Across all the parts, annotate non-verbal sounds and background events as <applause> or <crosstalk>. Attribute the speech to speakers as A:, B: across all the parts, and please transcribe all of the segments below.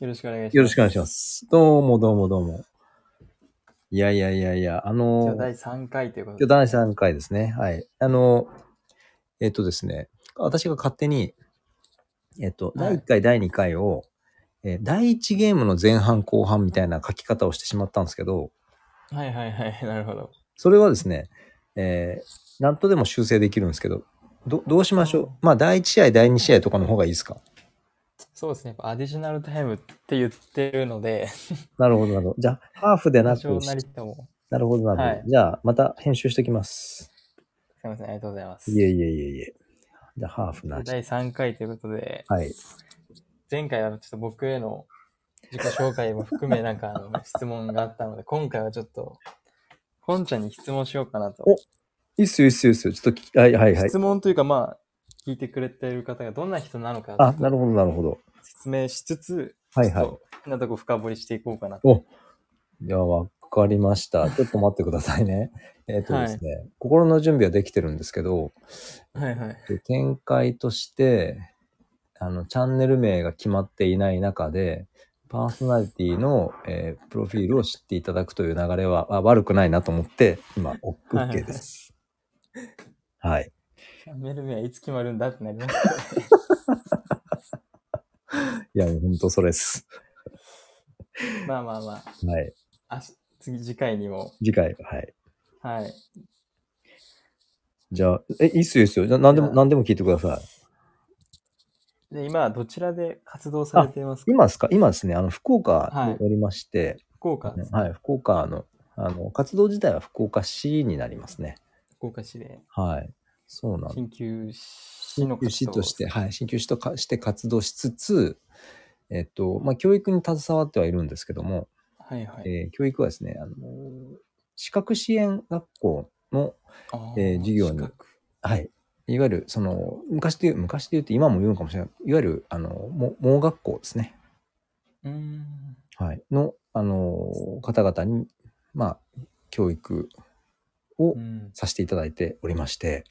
A: よろしくお願いします。
B: よろしくお願いします。どうもどうもどうも。いやいやいやいや、あ
A: 今
B: の
A: 日、第3回ということ
B: 今日
A: で。
B: 第3回ですね。はい。あの、えっとですね、私が勝手に、えっと、
A: は
B: 第
A: い
B: 1回、第2回を、えー第1ゲームの前半後半みたいな書き方をしてしまったんですけど、
A: はいはいはい。なるほど。
B: それはですね、えー、なんとでも修正できるんですけど、どどうしましょうまあ、第1試合、第2試合とかの方がいいですか
A: そうですね。やっぱアディショナルタイムって言ってるので、
B: なるほど、なるほど。じゃあ、ハーフで
A: 多
B: なく、
A: 少なりとも。
B: なるほど、なるほど。
A: はい
B: じゃあ、また編集してきます。
A: すいません。ありがとうございます。
B: いえいえいえいえ。じゃあ、ハーフなし。
A: 第3回ということで、
B: はい。
A: 前回はちょっと僕への自己紹介も含め、なんかあの質問があった
B: <laughs>
A: ので、今回はちょっと、本ちゃんに質問しようかなと。
B: おいいっすよ、いいっすよ、いいっすよ。ちょっとき、はい、はい、はい
A: 質。問というか、まあ、聞いてくれている方がどんな人なのか
B: あ、なるほど、なるほど。
A: 説明しつつ、
B: はい、は
A: ちょっと変なとこ深掘りしていこうかなと。
B: い。いや、わかりました。ちょっと待ってくださいね。 <laughs> えっとですね、心の準備はできてるんですけど、
A: はいはい。
B: で展開として、あの、チャンネル名が決まっていない中で、パーソナリティの、えープロフィールを知っていただくという流れはあ悪くないなと思って、今、オッケ
A: はいはいはい
B: ーです。はい。
A: メルメはいつ決まるんだってなります <laughs> ね。
B: いや、もう本当それです。
A: まあまあま
B: はい。
A: あ、あし次、次回にも。
B: 次回、はい。
A: はい。
B: じゃあ、え、いいっすよ、いいっすよ。な何でも、
A: じゃあ
B: 何でも聞いてください。
A: で、今はどちらで活動されていますか
B: 今ですか今ですね、あの、福岡
A: はい
B: におりまして、
A: 福岡ですね、
B: はい、福岡の、あの、活動自体は福岡市になりますね。
A: 福岡市で、
B: はい。そうなんです。
A: 緊急市の活動。
B: 市として、はい、鍼灸師とかして活動しつつ、えっと、まあ、教育に携わってはいるんですけども、
A: はいはい。
B: えー教育はですね、あの、資格支援学校の、
A: あー
B: えー授業に
A: 資格
B: はい、いわゆる、その、昔で言う、昔で言うと今も言うのかもしれない、いわゆる、あの、盲盲学校ですね。
A: うーん。
B: はい、の、あのー方々に、まあ、教育を
A: うん。
B: させていただいておりまして、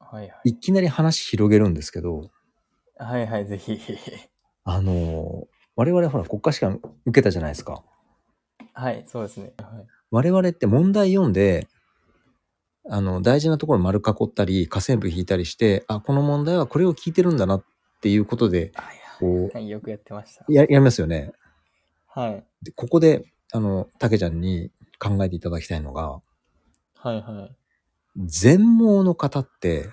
A: はいはい。
B: いきなり話広げるんですけど、
A: はいはい、ぜひ。 <laughs>
B: あのー我々ほら国家試験受けたじゃないですか。
A: はい、そうですね。はい、
B: 我々って問題読んで、あの、大事なところ丸囲ったり、下線部引いたりして、あ、この問題はこれを聞いてるんだなっていうことで、
A: あい
B: こ
A: やはい、よくやってました
B: う、。や、やりますよね。
A: はい。
B: でここで、あの、竹ちゃんに考えていただきたいのが、
A: はいはい。
B: 全盲の方って、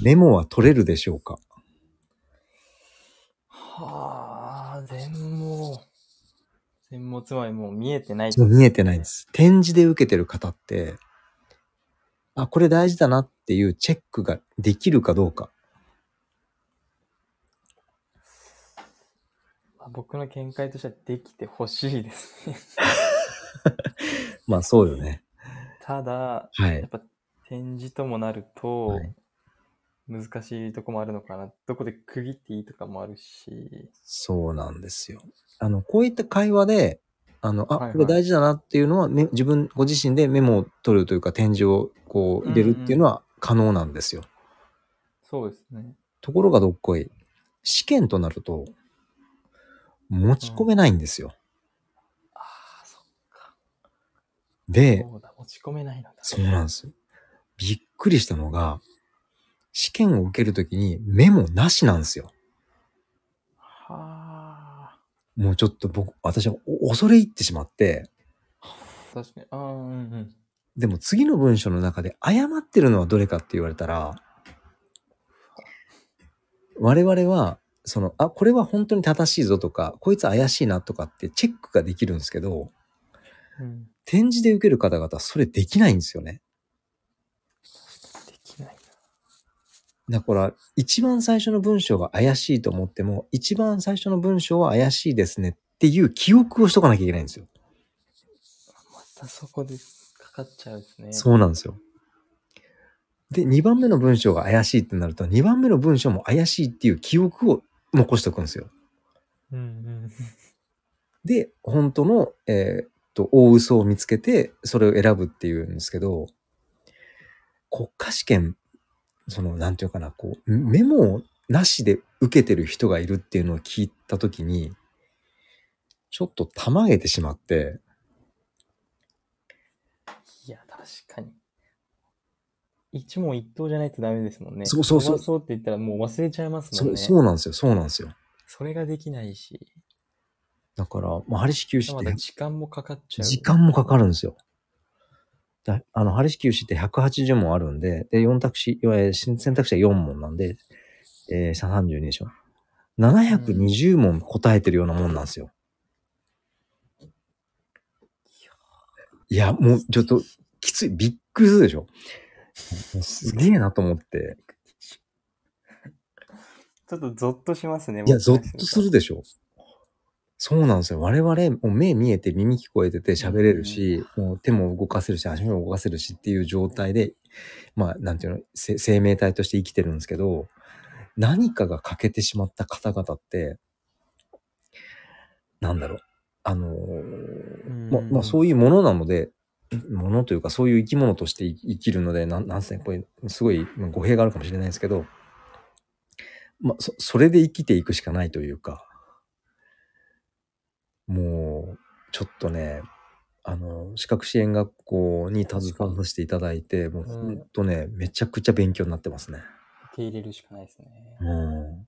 B: メモは取れるでしょうか
A: はあ、全盲。全盲、つまりもう見えてない。
B: 見えてないんです。展示で受けてる方って、あ、これ大事だなっていうチェックができるかどうか。
A: まあ僕の見解としてはできてほしいですね。 <laughs>
B: まあそうよね。
A: ただ、
B: は
A: や
B: い
A: っ。ぱ展示ともなると、
B: はい
A: 難しいとこもあるのかな。どこで区切っていいとかもあるし。
B: そうなんですよ。あの、こういった会話で、あの、あ、
A: はいはい
B: これ大事だなっていうのは、め自分、ご自身でメモを取るというか、展示をこう入れるっていうのは可能なんですよ。
A: そうですね。
B: ところがどっこい、試験となると、持ち込めないんですよ。
A: ああ、そっか。
B: で、
A: そうだ、持ち込めないのだ。
B: そうなんですよ。びっくりしたのが、試験を受けるときにメモなしなんですよ。
A: はあ。
B: もうちょっと僕、私はお恐れ入ってしまって、
A: 確かに。ああ、うんうん。
B: でも次の文章の中で誤ってるのはどれかって言われたら、我々は、その、あ、これは本当に正しいぞとか、こいつ怪しいなとかってチェックができるんですけど、
A: うん、
B: 展示で受ける方々はそれできないんですよね。
A: できない
B: だから、一番最初の文章が怪しいと思っても、一番最初の文章は怪しいですねっていう記憶をしとかなきゃいけないんですよ。
A: な。またそこでかかっちゃうですね。
B: そうなんですよ。で、2番目の文章が怪しいってなると、2番目の文章も怪しいっていう記憶を残しておくんですよ。
A: うんうん。
B: で、本当の、えーっと、大嘘を見つけて、それを選ぶっていうんですけど、国家試験、その、なんていうかな、こう、メモなしで受けてる人がいるっていうのを聞いたときに、ちょっとたまげてしまって、
A: いや、確かに。一問一答じゃないとダメですもんね。
B: そうそうそ
A: 飛
B: う
A: ばそうって言ったらもう忘れちゃいますも
B: そ
A: ん
B: う
A: ね。
B: そうなんですよ、そうなんですよ。
A: それができないし、
B: だから、まあ、針子休止
A: ま
B: って
A: だ時間もかかっちゃう。
B: 時間もかかるんですよ。だあの、ハリシキューシって180問あるんで、で、4択肢、いわゆる選択肢は4問なんで、えー、32でしょ。720問答えてるようなもんなんですよ。いや、もうちょっときつい、びっくりするでしょ。もうすげえなと思って。
A: ちょっとゾッとしますね。
B: いや、
A: 僕
B: ゾ
A: から
B: ッとするでしょ。そうなんですよ。我々、もう目見えて耳聞こえてて喋れるし、もう手も動かせるし、足も動かせるしっていう状態で、まあ、なんていうの、せ生命体として生きてるんですけど、何かが欠けてしまった方々って、なんだろう。あのー
A: うん
B: まあ、まあ、そういうものなので、ものというか、そういう生き物として生生きるので、なん、なんせね、これ、すごいまあ語弊があるかもしれないですけど、まあ、そ、それで生きていくしかないというか、もう、ちょっとね、あの、視覚支援学校に携わらせていただいて、もう、
A: うん
B: ほんとね、めちゃくちゃ勉強になってますね。
A: 受け入れるしかないですね。
B: うん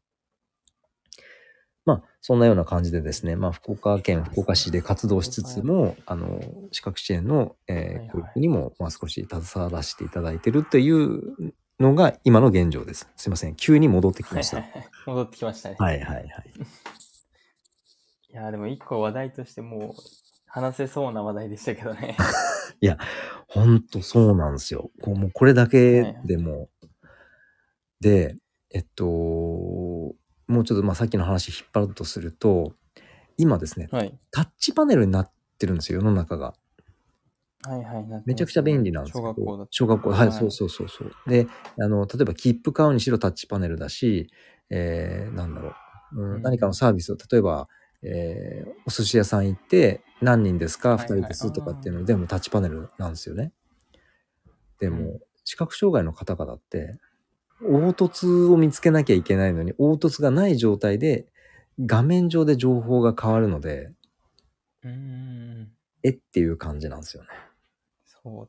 B: まあ、そんなような感じでですね、まあ、福岡県福岡市で活動しつつも、あの、資格支援の、
A: はいは
B: え
A: い
B: ー、教育にも、まあ、少し携わらせていただいてるというのが今の現状です。すいません。急に戻ってきました。
A: は
B: はい
A: はい戻ってきましたね。
B: いはいはい。
A: いや、でも一個話題としてもう話せそうな話題でしたけどね。
B: ほんとそうなんですよ。こうもうこれだけでも、で、えっと、もうちょっとまあさっきの話引っ張るとすると、今ですね、
A: はい。
B: タッチパネルになってるんですよ、世の中が。
A: <laughs> はいはい。なってますね
B: めちゃくちゃ便利なんですけ
A: 小
B: ど
A: 学校だ
B: 小学校は
A: は
B: い、
A: い
B: そうそうそうそう。で、あの、例えば切符買うにしろタッチパネルだし、えー、なんだろう、うん
A: うん
B: 何かのサービスを、例えば、えー、お寿司屋さん行って、何人ですか、
A: いは
B: 二
A: い
B: 人ですとかっていうので、全部タッチパネルなんですよね。で
A: う
B: も、視覚障害の方々って、凹凸を見つけなきゃいけないのに、凹凸がない状態で、画面上で情報が変わるので、
A: うんうんうん。
B: えっていう感じなんですよね
A: そう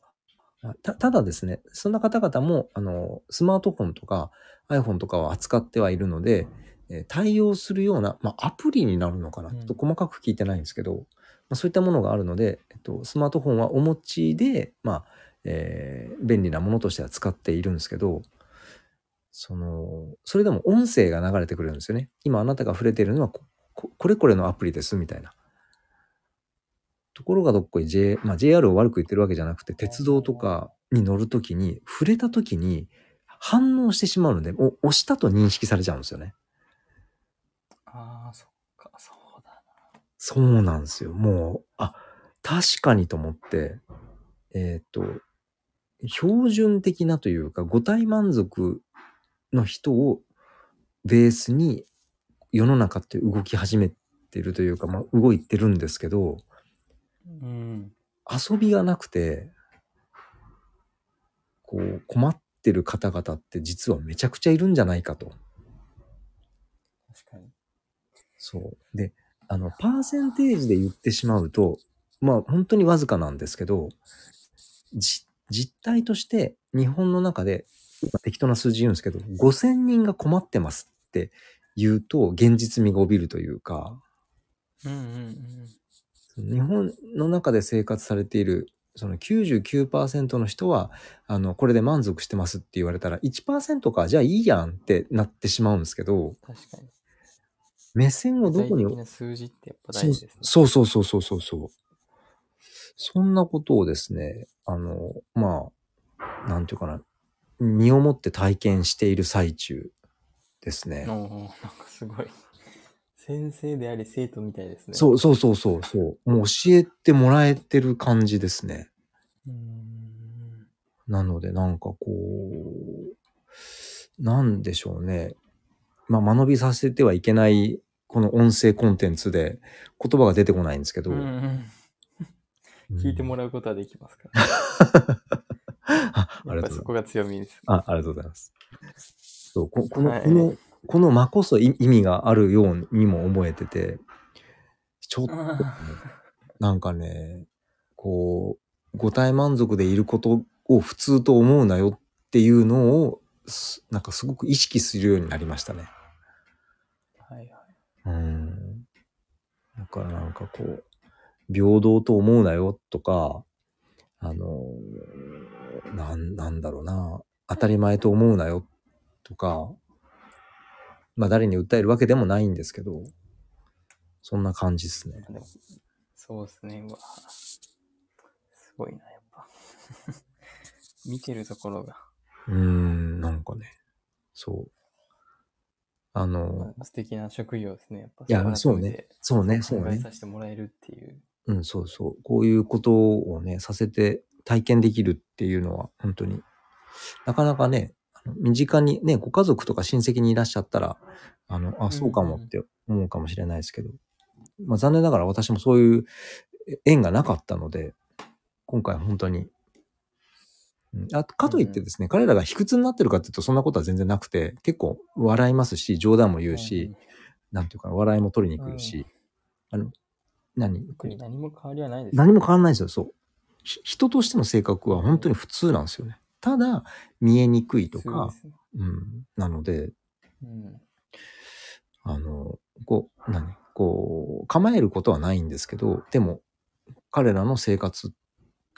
A: だ。
B: あたただですね、そんな方々もあのスマートフォンとか iPhone とかは扱ってはいるので、えー対応するような、まあ、アプリになるのかな、
A: うん
B: ちょっと細かく聞いてないんですけど、まあ、そういったものがあるので、えっと、スマートフォンはお持ちで、まあえー便利なものとしては使っているんですけど、そのそれでも音声が流れてくるんですよね。今あなたが触れているのはこここれこれのアプリですみたいな。ところがどっこい J、まあ、JR を悪く言ってるわけじゃなくて、鉄道とかに乗るときに、触れたときに反応してしまうので、お押したと認識されちゃうんですよね。
A: ああ、そっか、そうだ
B: そうなんですよ。もう、あ、確かにと思って、えーっと、標準的なというか、五体満足の人をベースに世の中って動き始めてるというか、まあ、動いてるんですけど、
A: な。うん。
B: 遊びがなくて、こう、困ってる方々って実はめちゃくちゃいるんじゃないかと。
A: 確かに。
B: そう。で、あの、パーセンテージで言ってしまうと、まあ本当にわずかなんですけど、じ実態として日本の中で、今適当な数字言うんですけど、5000人が困ってますって言うと、現実味が帯びるというか、
A: うんうん
B: 日本の中で生活されているその99%の人はあのこれで満足してますって言われたら1%かじゃあいいやんってなってしまうんですけど
A: うん。確かに。
B: 目線をどこ
A: 具体
B: に
A: 的な数字ってやっぱ大事ですね。
B: そうそうそうそうそうそうそう。そんなことをですね、あの、まあ、なんていうかな、身をもって体験している最中ですね。
A: おーなんかすごい。先生であり生徒みたいですね。。
B: そううそうそうそうそう。もう教えてもらえてる感じですね。
A: うーん。
B: なので、なんかこう、なんでしょうね。まあ、間延びさせてはいけない、この音声コンテンツで、言葉が出てこないんですけど。
A: うんうん
B: うん
A: 聞いてもらうことはできますから。
B: ああ
A: や
B: り
A: っ
B: が
A: ぱ
B: とう
A: そ
B: ござ
A: こが
B: います。
A: 強みです。
B: あありがとうございます。そうここの、
A: はい
B: この、この間こそい意味があるようにも思えてて、ちょっとなんかね、こう、五体満足でいることを普通と思うなよっていうのを、すなんかすごく意識するようになりましたね。
A: はいはい。
B: うん。だからなんかこう、平等と思うなよとか、あの、なん、なんだろうな、当たり前と思うなよとか、まあ誰に訴えるわけでもないんですけど、そんな感じですね。
A: でもそうですね。うわすごいな、やっぱ。見てるところが
B: うーん、なんかね、そう。あの、
A: 素敵な職業ですね。やっぱ
B: いや、そう
A: やっ
B: ね
A: て、
B: そうね、
A: 考
B: そう
A: え
B: ね。
A: させてもらえるっていう。
B: うん、そうそう。こういうことをね、させて体験できるっていうのは、本当に、なかなかね、あの身近にね、ご家族とか親戚にいらっしゃったら、あの、あ、そうかもって思うかもしれないですけど、まあ残念ながら私もそういうえ縁がなかったので、今回本当に、うんあかといってですね、彼らが卑屈になってるかっていうと、そんなことは全然なくて、結構笑いますし、冗談も言うし、なんていうかな、笑いも取りに来るし、あの、何
A: うん、特に何も変わりはないですね。
B: 何も変わんないですよ、そう。ひ人としての性格は本当に普通なんですよね。ただ、見えにくいと
A: すごい
B: か
A: で、すね
B: うん、なので、
A: うん。
B: あの、こう、何こう、構えることはないんですけど、でも、彼らの生活、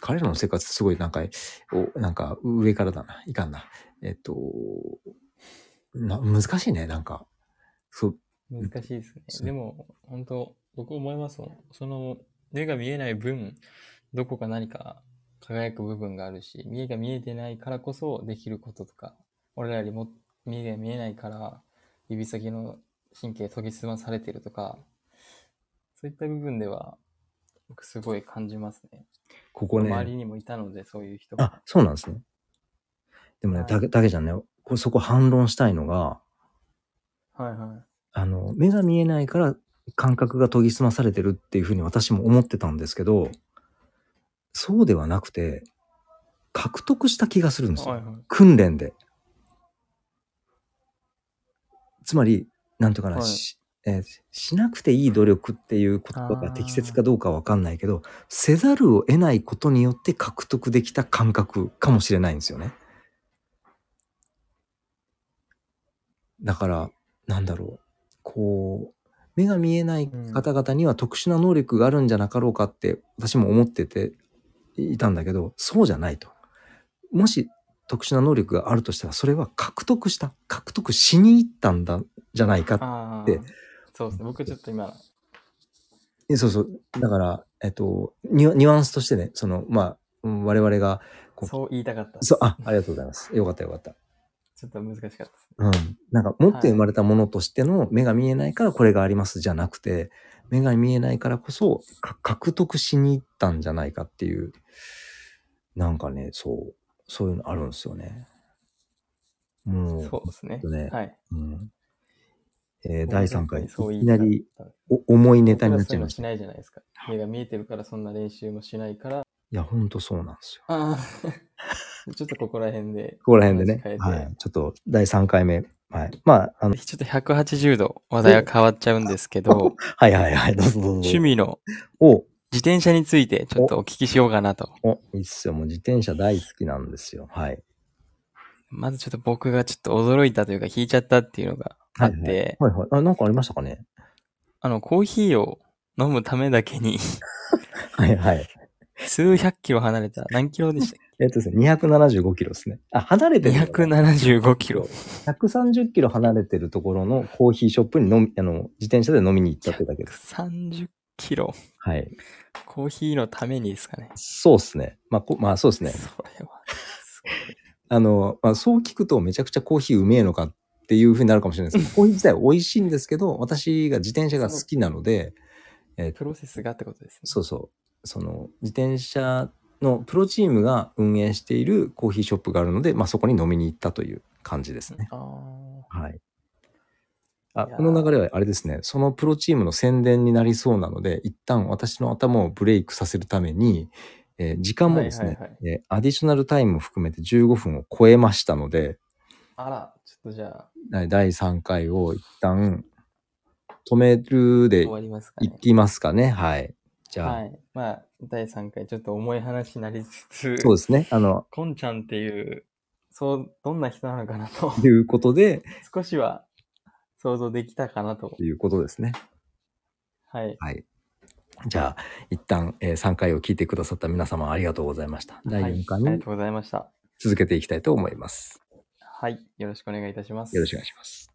B: 彼らの生活ってすごいなんか、おなんか上からだな、いかんな。えっと、な難しいね、なんか。そう、
A: 難しいですね。
B: そう
A: でも、本当僕思いますもん。その、目が見えない分、どこか何か輝く部分があるし、目が見えてないからこそできることとか、俺らよりも目が見えないから、指先の神経研ぎ澄まされてるとか、そういった部分では、僕すごい感じますね。
B: ここね。
A: 周りにもいたので、そういう人
B: あ
A: が。、
B: そうなんですね。でもね、
A: はい
B: たけ、たけちゃんね、こそこ反論したいのが、
A: はいはい。
B: あの、目が見えないから感覚が研ぎ澄まされてるっていうふうに私も思ってたんですけど、そうではなくて、獲得した気がするんですよ。
A: はいはい
B: 訓練で。つまり、なんとかな、
A: はい
B: しえーしなくていい努力っていう言葉が適切かどうかわかんないけど、せざるを得ないことによって獲得できた感覚かもしれないんですよね。だから、なんだろう。こう、目が見えない方々には特殊な能力があるんじゃなかろうかって私も思ってていたんだけど、そうじゃないと。もし特殊な能力があるとしたら、それは獲得した、獲得しに行ったんだじゃないか
A: ああ
B: で。
A: そうですね。僕ちょっと今、
B: えそうそう。だから、えっと、ニュニュアンスとしてね、その、まあ、うん我々が、こう
A: そう言いたかった。
B: そう、あ、ありがとうございます。よかったよかった。
A: ちょっと難しかったですね。
B: うん。なんか、持っ
A: は
B: て
A: い
B: 生まれたものとしての、目が見えないからこれがありますじゃなくて、目が見えないからこそ、か獲得しに行ったんじゃないかっていう、なんかね、そう、そういうのあるんですよね。もう、
A: そうですね
B: ちょっとね。
A: はい。
B: うん。えー第3回、い
A: そう言
B: きな
A: たか
B: り
A: った
B: お重いネタになっちゃ
A: 僕らそうう
B: いま
A: の
B: し。
A: した
B: い
A: ないじゃないですか。目が見えてるからそんな練習もしないから。
B: や、ほんとそうなんですよ。
A: ああ <laughs> ちょっとここら辺で。
B: ここら辺でね。
A: 話
B: は
A: 変えて
B: い。ちょっと第3回目。はい。まあ、あの、
A: ちょっと180度話題が変わっちゃうんですけど、
B: <laughs> はいはいはい。どうぞどうぞ。
A: 趣味の
B: を、
A: 自転車についてちょっとお聞きしようかなと。
B: お、いいっすよ。もう自転車大好きなんですよ。はい。
A: まずちょっと僕がちょっと驚いたというか引いちゃったっていうのがあって、
B: はいはい。あ、なんかありましたかね
A: あの、コーヒーを飲むためだけに <laughs>
B: はいはい。
A: 数百キロ離れた、何キロでした
B: <laughs>
A: っ
B: えっとですね、275キロですね。あ、離れ
A: け
B: てるのかな。
A: ?275 キロ。
B: 130キロ離れてるところのコーヒーショップに飲み、あの、自転車で飲みに行ったってだけです。
A: 30キロ。
B: はい。
A: コーヒーのためにですかね。
B: そうですね。まあ、こまあ、そうですね。
A: それは。すごい
B: あの、まあ、そう聞くとめちゃくちゃコーヒーうめえのかっていうふうになるかもしれないですけど、コーヒー自体は美味しいんですけど、私が自転車が好きなので、
A: プロセスがってことですね。
B: そうそう、その自転車のプロチームが運営しているコーヒーショップがあるので、まあ、そこに飲みに行ったという感じですね。
A: あ
B: はい。あ、
A: いやー
B: この流れはあれですね、そのプロチームの宣伝になりそうなので、一旦私の頭をブレイクさせるために、えー時間もですね、
A: はいはいは
B: えーアディショナルタイムも含めて15分を超えましたので、
A: あら、ちょっとじゃあ、
B: はい第3回を一旦止めるで
A: 終わりますか
B: い
A: ね。
B: きますかね。はい。じゃあ、
A: はい。まあ、第3回、ちょっと重い話になりつつ、
B: そうですね。あの、
A: こんちゃんっていう、そう、どんな人なのかなと、 <laughs>
B: ということで、
A: 少しは想像できたかなと
B: と。いうことですね。
A: はい。
B: はい。じゃあ、一旦、えー3回を聞いてくださった皆様ありがとうございました。第4回
A: はいあり
B: に
A: がとうございました。
B: 続けていきたいと思います。
A: はい。よろしくお願いいたします。
B: よろしくお願いします。